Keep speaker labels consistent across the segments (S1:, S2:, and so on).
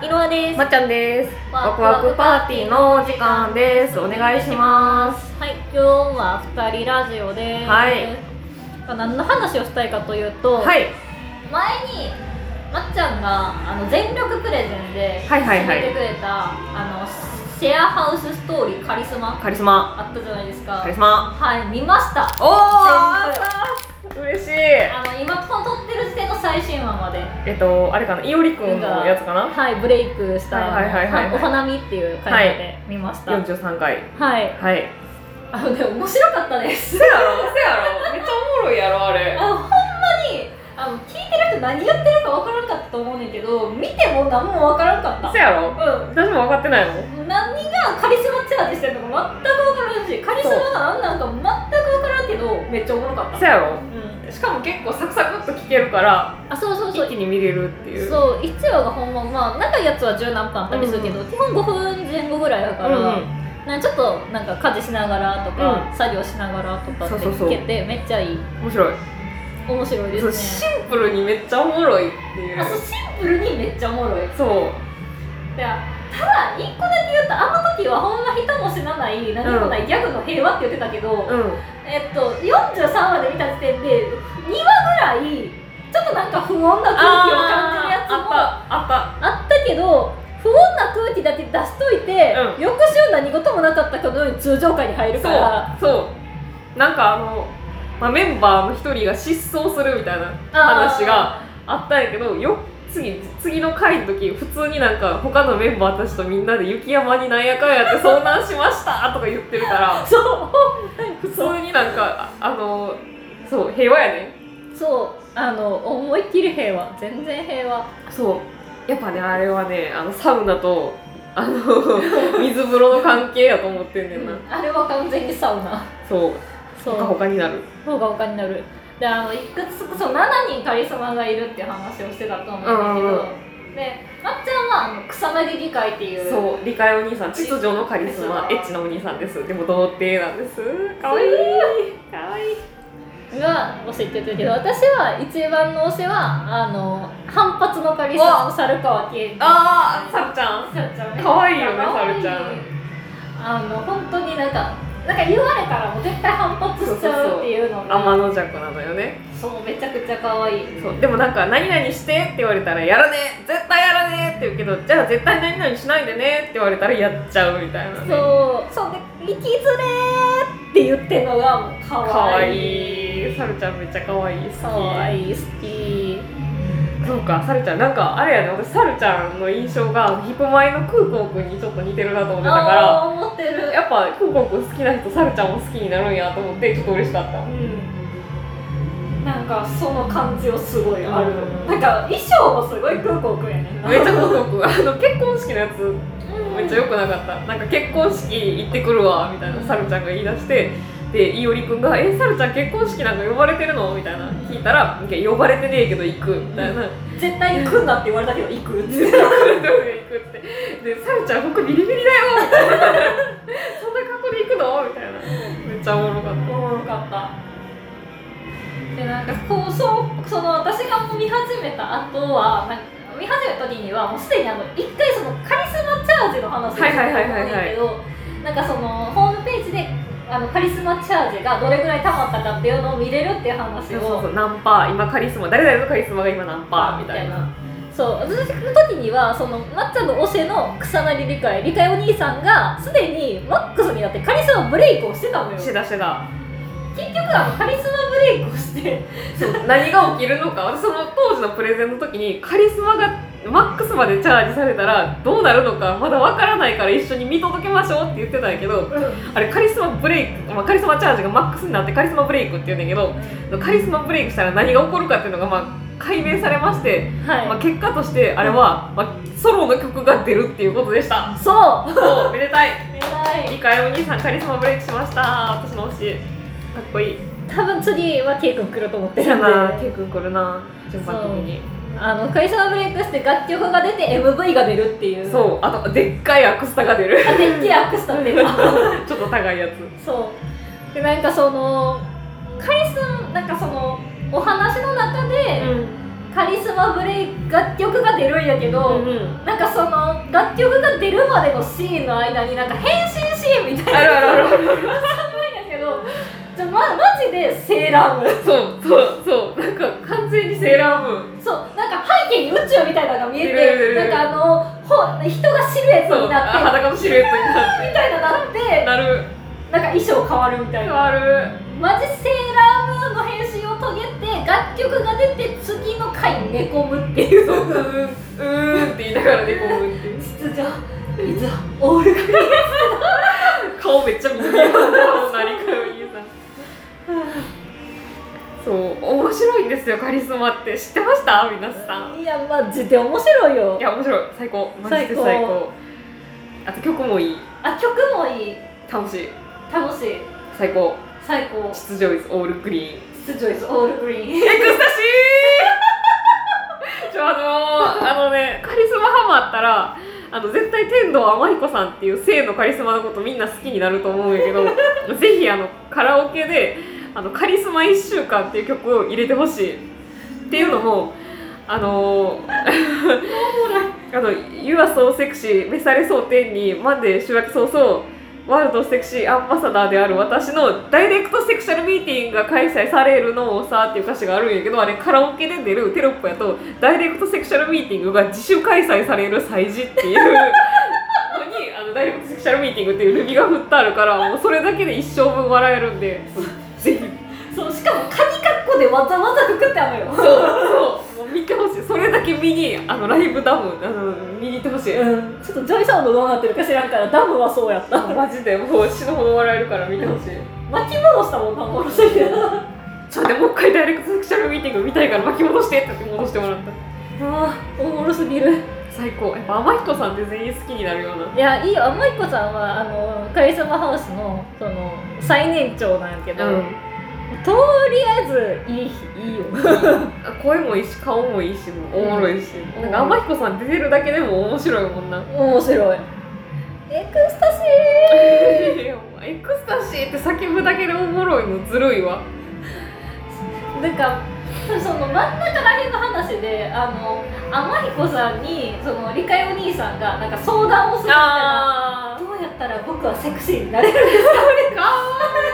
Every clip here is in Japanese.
S1: いろはです、
S2: まっちゃんです。
S1: ワ
S2: ワ
S1: ク
S2: ク
S1: ワ
S2: ワ
S1: ク
S2: ク
S1: パ
S2: パ
S1: ー
S2: ー
S1: テ
S2: テ
S1: ィ
S2: ィ
S1: ー
S2: ー
S1: の
S2: の
S1: 時
S2: 時
S1: 間
S2: 間
S1: で
S2: ですす。
S1: お
S2: お
S1: 願
S2: 願
S1: い
S2: い
S1: し
S2: し
S1: ま
S2: ます。
S1: はい今日は二人ラジオです
S2: はい
S1: 何の話をしたいかというと、
S2: はい、
S1: 前にまっちゃんがあの全力プレゼンで
S2: はいはいはい
S1: 教えてくれた、あのシェアハウスストーリーカリスマ
S2: カリスマ、
S1: あったじゃないですか
S2: カリスマ。
S1: はい見ました
S2: おお、嬉しい。え
S1: あの今この撮ってる時点の最新話まで
S2: っと、あれかな、いおりくんのやつかな。
S1: はいブレイクした、
S2: はいはいはいはい
S1: お花見っていう回まで見ました、は
S2: 43
S1: い
S2: 回。はい。
S1: あのね面白かったです
S2: せやろ、せやろ、めっちゃおもろいやろ、あ
S1: あ
S2: れ。
S1: のほんまにあの聞いてる人何やってるか分からんかったと思うねんけど見ても何も分からんかった
S2: せやろ、
S1: う
S2: 私も分かってないの。
S1: ん何がカリスマチャージしてるのか全く分からんしカリスマが何なんかも全く分からんけどめっちゃおもろかった
S2: せやろ。
S1: うん
S2: しかも結構サクサクっと聞けるから、
S1: あそうそうそ
S2: 一
S1: う
S2: 気に見れるっていう。
S1: そう1話がほんままあ長いやつは十何分あったりするけど、基本5分前後ぐらいだ
S2: う
S1: か
S2: んう
S1: ら、
S2: ん。
S1: なんかちょっとなんか家事しながらとか、
S2: う
S1: 作業しながらとかって
S2: そうそうそう
S1: 聞けてめっちゃいい
S2: 面白い。
S1: 面白いで
S2: そう、
S1: す
S2: シ
S1: ね
S2: ンプルにめっちゃおもろいっていう
S1: あ。そうシンプルにめっちゃおもろいで
S2: そう。
S1: ただ一個だけ言うとあの時はほんま人も死なない何もない、ギャグの平和って言ってたけど、
S2: うん。
S1: えっと43話で見た時点で2話ぐらいちょっとなんか不穏な空気を感じるやつもあ
S2: あったあっ
S1: ったけど不穏な空気だけ出しといて、
S2: うん
S1: 翌週何事もなかったかのように通常会に入るから
S2: たそうそうなんかあの、まあ、メンバーの一人が失踪するみたいな話があったんやけどよ次次の回の時普通になんか他のメンバーたちとみんなで雪山になんやかんやって遭難しましたとか言ってる から
S1: そう
S2: 普通になんかああのそう平和やね
S1: そうあの思いっきり平和全然平和
S2: そうやっぱねあれはねあのサウナとあの水風呂の関係やと思ってんねんな、
S1: あれは完全にサウナ
S2: そう
S1: そ
S2: ほ
S1: う
S2: かほかになる
S1: ほがほかになるであのいくつかそう7人カリスマがいるっていう話をしてたと思うんだけ
S2: うんう
S1: ど、
S2: ん
S1: でまっちゃんはあの草薙議会っていう
S2: そう、理解お兄さん、秩序のカリスマ、エッチなお兄さんです。でも童貞なんです。かわいい。かわいい。
S1: が教えてるけど私は一番の推しはあの反発のカリスマの猿川圭人
S2: ああ、さっちゃん。
S1: さるちゃんね
S2: 可愛いよねさるちゃん
S1: あの本当になんかなんか言われたらもう絶対反発しちゃうっていうのが
S2: 天の弱なのよね。
S1: そうめちゃくちゃ可愛い
S2: そう、でもなんか、何々してって言われたら、やらねえ、絶対やらねえって言うけど、じゃあ絶対何々しないでねって言われたら、やっちゃうみたいな、ね。
S1: そうそうで「力ずれ!」って言ってるのがもう可
S2: かわ
S1: 愛い
S2: いい。さるちゃんめっちゃかわいい。
S1: 可愛い好き
S2: そうか、さるちゃん、なんか、あれやね、私、さるちゃんの印象が、ヒップマイの空港くんにちょっと似てるなと思ってたから。
S1: あー思ってる
S2: やっぱクーコン君好きな人サルちゃんも好きになるんやと思ってちょっと嬉しかった
S1: うんなんかその感じはすごいある、
S2: うん
S1: なんか衣装もすごい空港くんやねんな
S2: めっちゃクーコン君あの結婚式のやつ
S1: うん
S2: めっちゃ良くなかったなんか結婚式行ってくるわみたいなサルちゃんが言い出してでいおりくんが「えサルちゃん結婚式なんか呼ばれてるの?」みたいな聞いたら「いや呼ばれてねえけど行く」みたいな「 行
S1: 絶対に来んなって言われたけど行くって
S2: く」ってで「サルちゃん僕ビリビリだよ」みたいな「そんな格好で行くの?」みたいなめっちゃおもろかっ
S1: おもろかったでなんかこうそうその私がもう見始めた後はなんか見始めた時にはもうすでにあの一回そのカリスマチャージの話を
S2: はいはいはいはいはい
S1: してたんだけどなんかそのホームページであのカリスマチャージがどれぐらい溜まったかっていうのを見れるっていう話を
S2: たそうそうそうナンパ今カリスマ誰々のカリスマが今ナンパみたいな
S1: そう私の時にはそのなっちゃんの推しの草薙理解理解お兄さんがすでにマックスになってカリスマブレイクをしてたのよ
S2: して
S1: 結
S2: たしてた
S1: 局あのカリスマブレイクをして
S2: そう何が起きるのか私その当時のプレゼンの時にカリスマがマックスまでチャージされたらどうなるのかまだわからないから一緒に見届けましょうって言ってたんやけどあれカリスマブレイク、まあ、カリスマチャージがマックスになってカリスマブレイクって言うんだけどカリスマブレイクしたら何が起こるかっていうのがまあ解明されまして、
S1: はい、
S2: まあ、結果としてあれは、まあ、ソロの曲が出るっていうことでした
S1: そう
S2: そうめでたい
S1: 偉
S2: 理
S1: い
S2: 解お兄さんカリスマブレイクしました私の推しかっこいい
S1: 多分次はケイ君来ると思ってるんで
S2: 結構来るな順番的に。
S1: あのカリスマブレイクして楽曲が出て MV が出るっていうう
S2: そう、あとでっかいアクスタが出る。
S1: あでっけえアクスタっていうか
S2: ちょっと高いやつ。
S1: そうでなんかそのカリスマなんかそのお話の中で、
S2: ん。
S1: カカリスマぶり楽曲が出るんやけど、
S2: うん
S1: なんかその楽曲が出るまでのシーンの間になんか変身シーンみたいな
S2: あるあるあるある
S1: ないんだけどじゃあ、ま、マジでセーラームーン
S2: そうそうそうなんか完全にセーラームーン
S1: そうなんか背景に宇宙みたいなのが見え
S2: いるいる
S1: て
S2: い
S1: なん
S2: る
S1: かあのほ人がシルエッ
S2: そ
S1: ト
S2: う
S1: に
S2: あ
S1: なって
S2: 裸のシルエットになっ
S1: みたいななってて
S2: なる
S1: なんか衣装変わるみたい
S2: 変
S1: な
S2: わる
S1: マジセーラームーンの変身を遂げて楽曲が出て次の回に寝込むっていう
S2: そううーんうーんって言いながら猫をっていう
S1: 実情実はオールグリーン
S2: 顔めっちゃ見える顔何か見えたそう面白いんですよカリスマって知ってました皆さん
S1: いやマジで面白いよ
S2: いや面白い最高マジで最高
S1: 最高
S2: あと曲もいい
S1: あ曲もいい
S2: 楽しい
S1: 楽しい
S2: 最高
S1: 最高
S2: 出場 is オールグリーンエ
S1: 出場 is オールグリーン
S2: クスタシーちょあのー、あのねカリスマハマったらあの絶対天童天彦さんっていう性のカリスマのことみんな好きになると思うんやけど ぜひあのカラオケであの「カリスマ1週間」っていう曲を入れてほしいっていうのもあのー、 あの「You are so sexy 召されそう天に」マンデー主役早々ワールドセクシーアンバサダーである私のダイレクトセクシャルミーティングが開催されるのをさっていう歌詞があるんやけどあれカラオケで出るテロップやとダイレクトセクシャルミーティングが自主開催される催事っていうのにあのダイレクトセクシャルミーティングっていうルビが振ってあるからもうそれだけで一生分笑えるんでぜひ
S1: そうしかもカニ格好でわざわざ作ってある
S2: そう
S1: よ
S2: そうもう見てほしいそれだけ見にあのライブダムあの見に行ってほしい
S1: うんちょっとジョイサウンドどうなってるか知らんからダムはそうやった
S2: マジでもう死ぬほど笑えるから見てほしい
S1: 巻き戻したもんなこの人
S2: ちょっともう一回ダイレクトセクシャルミーティング見たいから巻き戻してって戻してもらった
S1: ああおもろすぎる
S2: 最高やっぱ天彦さんって全員好きになるようない
S1: やいいよ甘い子さんはあのカリスマハウスのその最年長なんやけど、とりあえずいい日いいよ
S2: 声もいいし顔もいいしもうおもろいし、
S1: うん
S2: なんか天彦さん出てるだけでも面白いもんな、
S1: 面白いエクスタシ
S2: エクスタシーって叫ぶだけでおもろいのずるいわ
S1: ーなんかその真ん中らへんの話であの甘彦さんにその理解お兄さんがなんか相談をするみたいな
S2: あ
S1: どうやったら僕はセクシーになれる
S2: ーかわ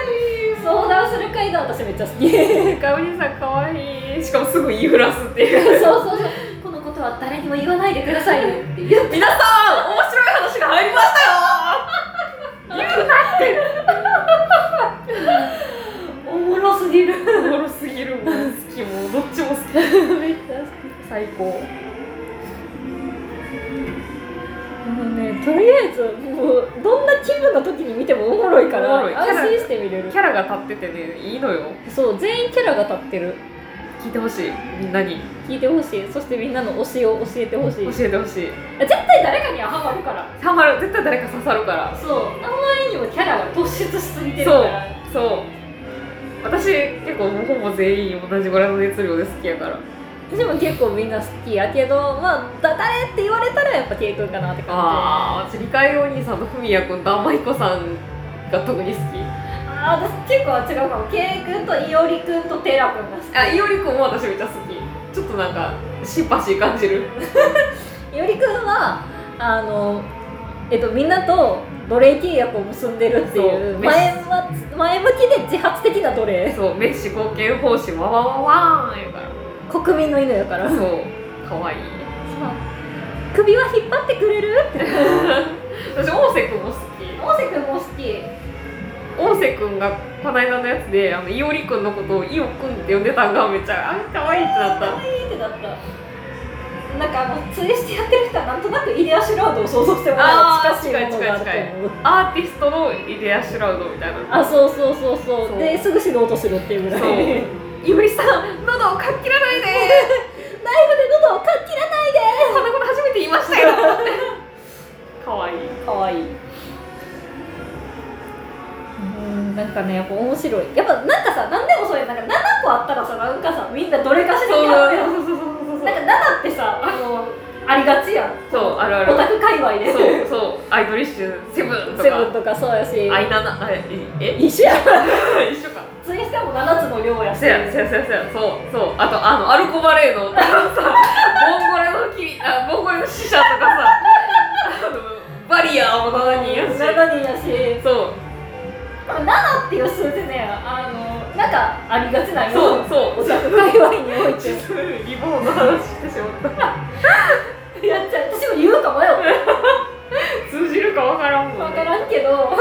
S2: いい
S1: 相談する回が私めっちゃ好きそう
S2: かおりさんかわいいしかもすぐ言いふらすっていう
S1: そうそうこのことは誰にも言わないでくださいよって言って
S2: 皆さん面白い話が入りましたよ言うなって
S1: おもろす ぎる
S2: おもろすぎるもん好きもうどっちも好き
S1: めっちゃ好き
S2: 最高
S1: もうね、とりあえずもうどんな気分の時に見てもおもろいか
S2: おもろい
S1: ら安心して見れる
S2: キャラが立っててねいいのよ
S1: そう全員キャラが立ってる
S2: 聞いてほしいみんなに
S1: 聞いてほしいそしてみんなの推しを教えてほしい
S2: 教
S1: 絶
S2: えてほしい
S1: 対誰かにはハマるから
S2: ハマる絶対誰か刺さるから
S1: そうあまりにもキャラが突出しすぎてる
S2: そ
S1: か
S2: う
S1: ら
S2: そう私結構もうほぼ全員同じぐらいの熱量で好きやから
S1: 私も結構みんな好きやけどまあだ誰って言われたらやっぱ K 君かなって感
S2: ああ私理解お兄さんとふみやくんと甘い子さんが特に好き
S1: じあー私結構は違うかも K 君といおり君とテラ君が好
S2: あいおりくんも私めっちゃ好きちょっとなんかシンパシー感じる
S1: きいおり君はあのえっとみんなと奴隷契約を結んでるってい
S2: そうう
S1: 前は前向きで自発的な奴隷
S2: そうメッシ貢献奉仕わわわわーんやから
S1: 国民の犬やから
S2: そうかわいい
S1: 首は引っ張ってくれる
S2: 私大瀬くんも好き
S1: 大瀬君も好き
S2: 大瀬くんがこの間のやつであのいおりくんのことをいおくんって呼んでたのがめっちゃあ可愛いってなった
S1: いいってだったなんかあの釣りしてやってる人はなんとなくイデアシュラードを想像してもら
S2: あ
S1: う
S2: ー
S1: 近しいものがあると思う
S2: アーティストのイデア・シュラウドみたいな
S1: あそうそうそうそう
S2: そう
S1: ですぐ死のうとするっていうぐらい
S2: そう
S1: ナイフで
S2: いおりさん喉をかっきらないで
S1: 喉をかっきらないで
S2: こんなこと初めて言いましたよ 可愛い
S1: かわいいうーんなんかねやっぱ面白いやっぱなんかさ何でもそうやなんか7個あったらさなんかさみんなどれかしら
S2: そう
S1: やってる
S2: そうそうそうそう
S1: なんか7ってさあのありがちやん
S2: そうあるある
S1: オタク界隈で
S2: そうそうアイドリッシュセブンと
S1: セブン
S2: か
S1: とかそうやし
S2: アイナナあええ
S1: 一緒や
S2: 一緒か
S1: つにしても7つの量やし
S2: せやせやせやせやそうそうあとあのアルコバレーのさボンゴレのきあボンゴレの死者とかさあのバリアーも7人やし
S1: 7人やし
S2: そう
S1: 7っていう数字ねあのなんかありがちなんよ
S2: そうそう
S1: オタク界隈において
S2: リボンの話してしまった
S1: やっちゃう私も言うかもよ
S2: 通じるかわからんもん、ね、
S1: 分からんけど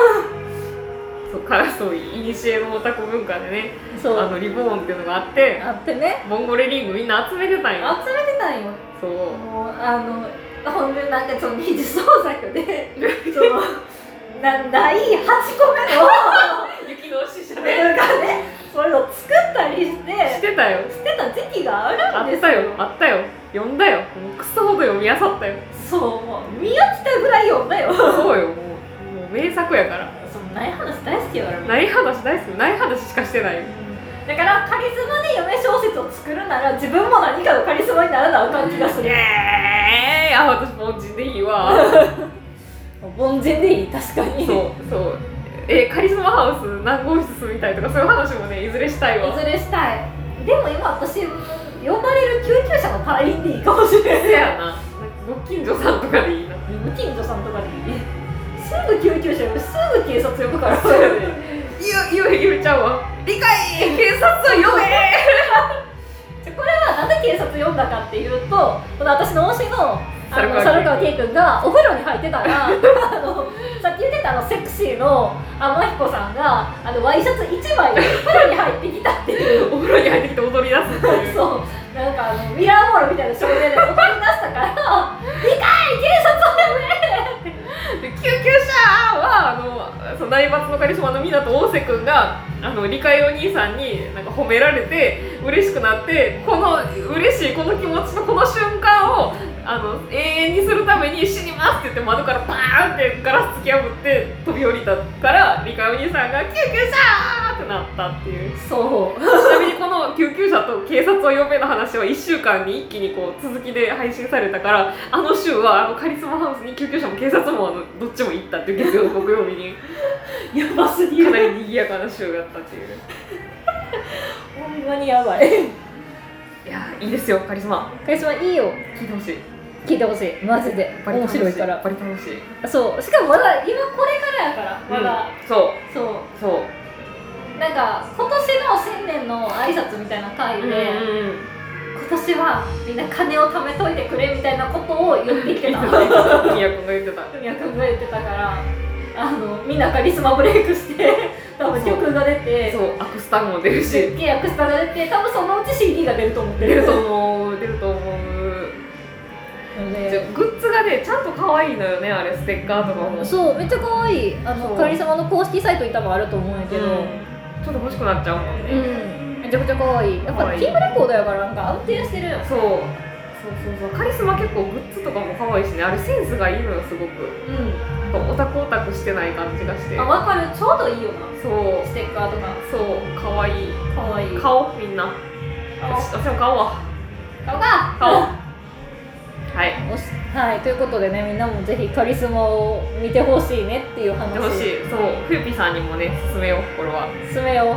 S2: そうからそういにしえのオタク文化でね
S1: そう
S2: あのリボーンっていうのがあって
S1: あってね
S2: ボンゴレリーグみんな集めてたんよ
S1: 集めてたんよ
S2: そう
S1: もうあのほんでなんかその二次創作で そのなない8個目の
S2: 雪の死者ね
S1: なんかねそれを作ったりして
S2: し
S1: して
S2: たよ
S1: てた時期があ
S2: あ
S1: るん
S2: っ
S1: です
S2: たよあったよ読んだよもうクソほど読み漁ったよ
S1: そうもう見飽きたぐらい読んだよ
S2: そうよもうもう名作やから
S1: そのない話大好きよ俺も
S2: ない話大好きない話しかしてないよ
S1: だからカリスマで夢小説を作るなら自分も何かのカリスマにならなあかん気がす
S2: イ
S1: る
S2: エーイあ私凡人でいいわ
S1: 凡人でいい確かに
S2: そうそうえカリスマハウス何号室住みたいとかそういう話もねいずれしたいわ
S1: いずれしたいでも今私呼ばれる救急車の隊員でいいかもしれない
S2: せやなご近所さんとかでいいな
S1: 無近所さんとかでいいすぐ救急車呼ぶすぐ警察呼ぶから
S2: そうよねゆゆゆうちゃんは理解警察を呼べ
S1: じゃこれはなんで警察呼んだかっていうとこの私の推しのあの
S2: 猿
S1: 猿川
S2: 川
S1: 圭君がお風呂に入ってたら あのさっき言ってたあのセクシーの天彦さんがあのワイシャツ1枚でお風呂に入ってきたっていう
S2: お風呂に入ってきて踊り出すっていう
S1: そうなんかあのミラーボールみたいな照明で怒り出したから「でかい警察呼べ!」
S2: で救急車はあのその内罰のカリスマの湊大瀬君があの理解お兄さんになんか褒められて嬉しくなってこの嬉しいこの気持ちのこの瞬間をあの永遠にするために死にますって言って窓からバーンってガラス突き破って飛び降りたから理解お兄さんが救急車ってなったっていう
S1: そう
S2: ちなみにこの救急車と警察を呼べの話は1週間に一気にこう続きで配信されたからあの週はあのカリスマハウスに救急車も警察もあのどっちも行ったっていう月曜木曜日に
S1: やばすぎ
S2: かなり賑やかな週だったっていう
S1: ほんまにやばい
S2: いやーいいですよカリスマ
S1: カリスマいいよ
S2: 聞いてほしい
S1: 聞いてほしいマジで
S2: バリ
S1: 面
S2: 楽し
S1: 白いから
S2: バリ楽しい、
S1: そうしかもまだ今これからやからまだ、
S2: うんそう
S1: そう
S2: そう
S1: なんか今年の新年の挨拶みたいな回で、今年はみんな金を貯めといてくれみたいなことを言ってきてた文
S2: いやこの言ってた
S1: 脈ぶれてたからあのみんなカリスマブレイク して多分曲が出て
S2: そうアクスタも出るし
S1: 契約したが出て多分そのうち CD が出ると思って
S2: 出る
S1: る
S2: と思う出ると思う
S1: の
S2: じゃ
S1: で
S2: あグッズがねちゃんと可愛いのよねあれステッカーとかも
S1: そうめっちゃ可愛いあ
S2: そ
S1: の
S2: う
S1: カリスマの公式サイトに多分あると思うんやけど、
S2: ちょっと欲しくなっちゃうもんね、
S1: うんめちゃくちゃ可愛いやっ
S2: 可
S1: ぱ
S2: 愛い
S1: ティーブレコードやからなんか安定してるよ
S2: そうそうそうそうカリスマ結構グッズとかも可愛いしねあれセンスがいいのよすごく
S1: う
S2: なんかオタクオタクしてない感じがして
S1: んあ分かるちょうどいいよな
S2: そう
S1: ステッカーとか
S2: そう可愛い
S1: かわいい顔
S2: 顔みんな私私も顔は
S1: が
S2: 顔はい
S1: おしはいということでねみんなもぜひカリスマを見てほしいねっていう話
S2: でほしいそうふゆぴさんにもね勧めようこれは
S1: 進めよう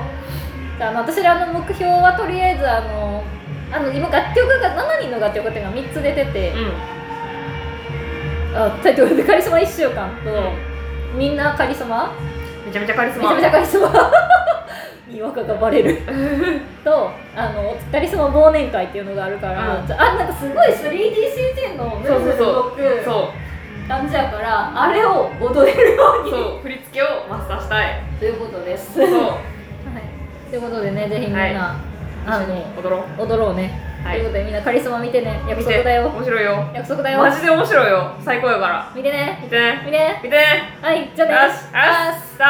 S1: じゃああの私らの目標はとりあえずあのあの今楽曲が7人の楽曲っていうのが3つ出てて、
S2: う
S1: あタイトルで「カリスマ1週間」と「
S2: ん、
S1: みんなカリスマ」
S2: めちゃめちゃカリス
S1: めちゃ
S2: マ
S1: めちゃカリ スマにわかがバレるとあのカリスマ忘年会っていうのがあるから、
S2: うん
S1: ちょあなんかすごい 3DCG のム
S2: そう
S1: ー
S2: そう
S1: ブ
S2: そう
S1: 動く
S2: そ
S1: 感じやからあれを踊れるよう
S2: う
S1: に
S2: そう振り付けをマスターしたい
S1: ということです、
S2: そ
S1: は
S2: う
S1: い、ということでねぜひみんな、
S2: はい
S1: あ
S2: 一緒に
S1: の
S2: 踊ろう
S1: 踊ろうね、
S2: はい
S1: ということでみんなカリスマ見てね約
S2: 見
S1: 束
S2: て
S1: だよ
S2: 面白いよ
S1: 約束だよ
S2: マジで面白いよ最高やから
S1: 見てね
S2: 見てね
S1: 見て
S2: 見てね
S1: はいじゃあね
S2: よしよし
S1: あー
S2: さあ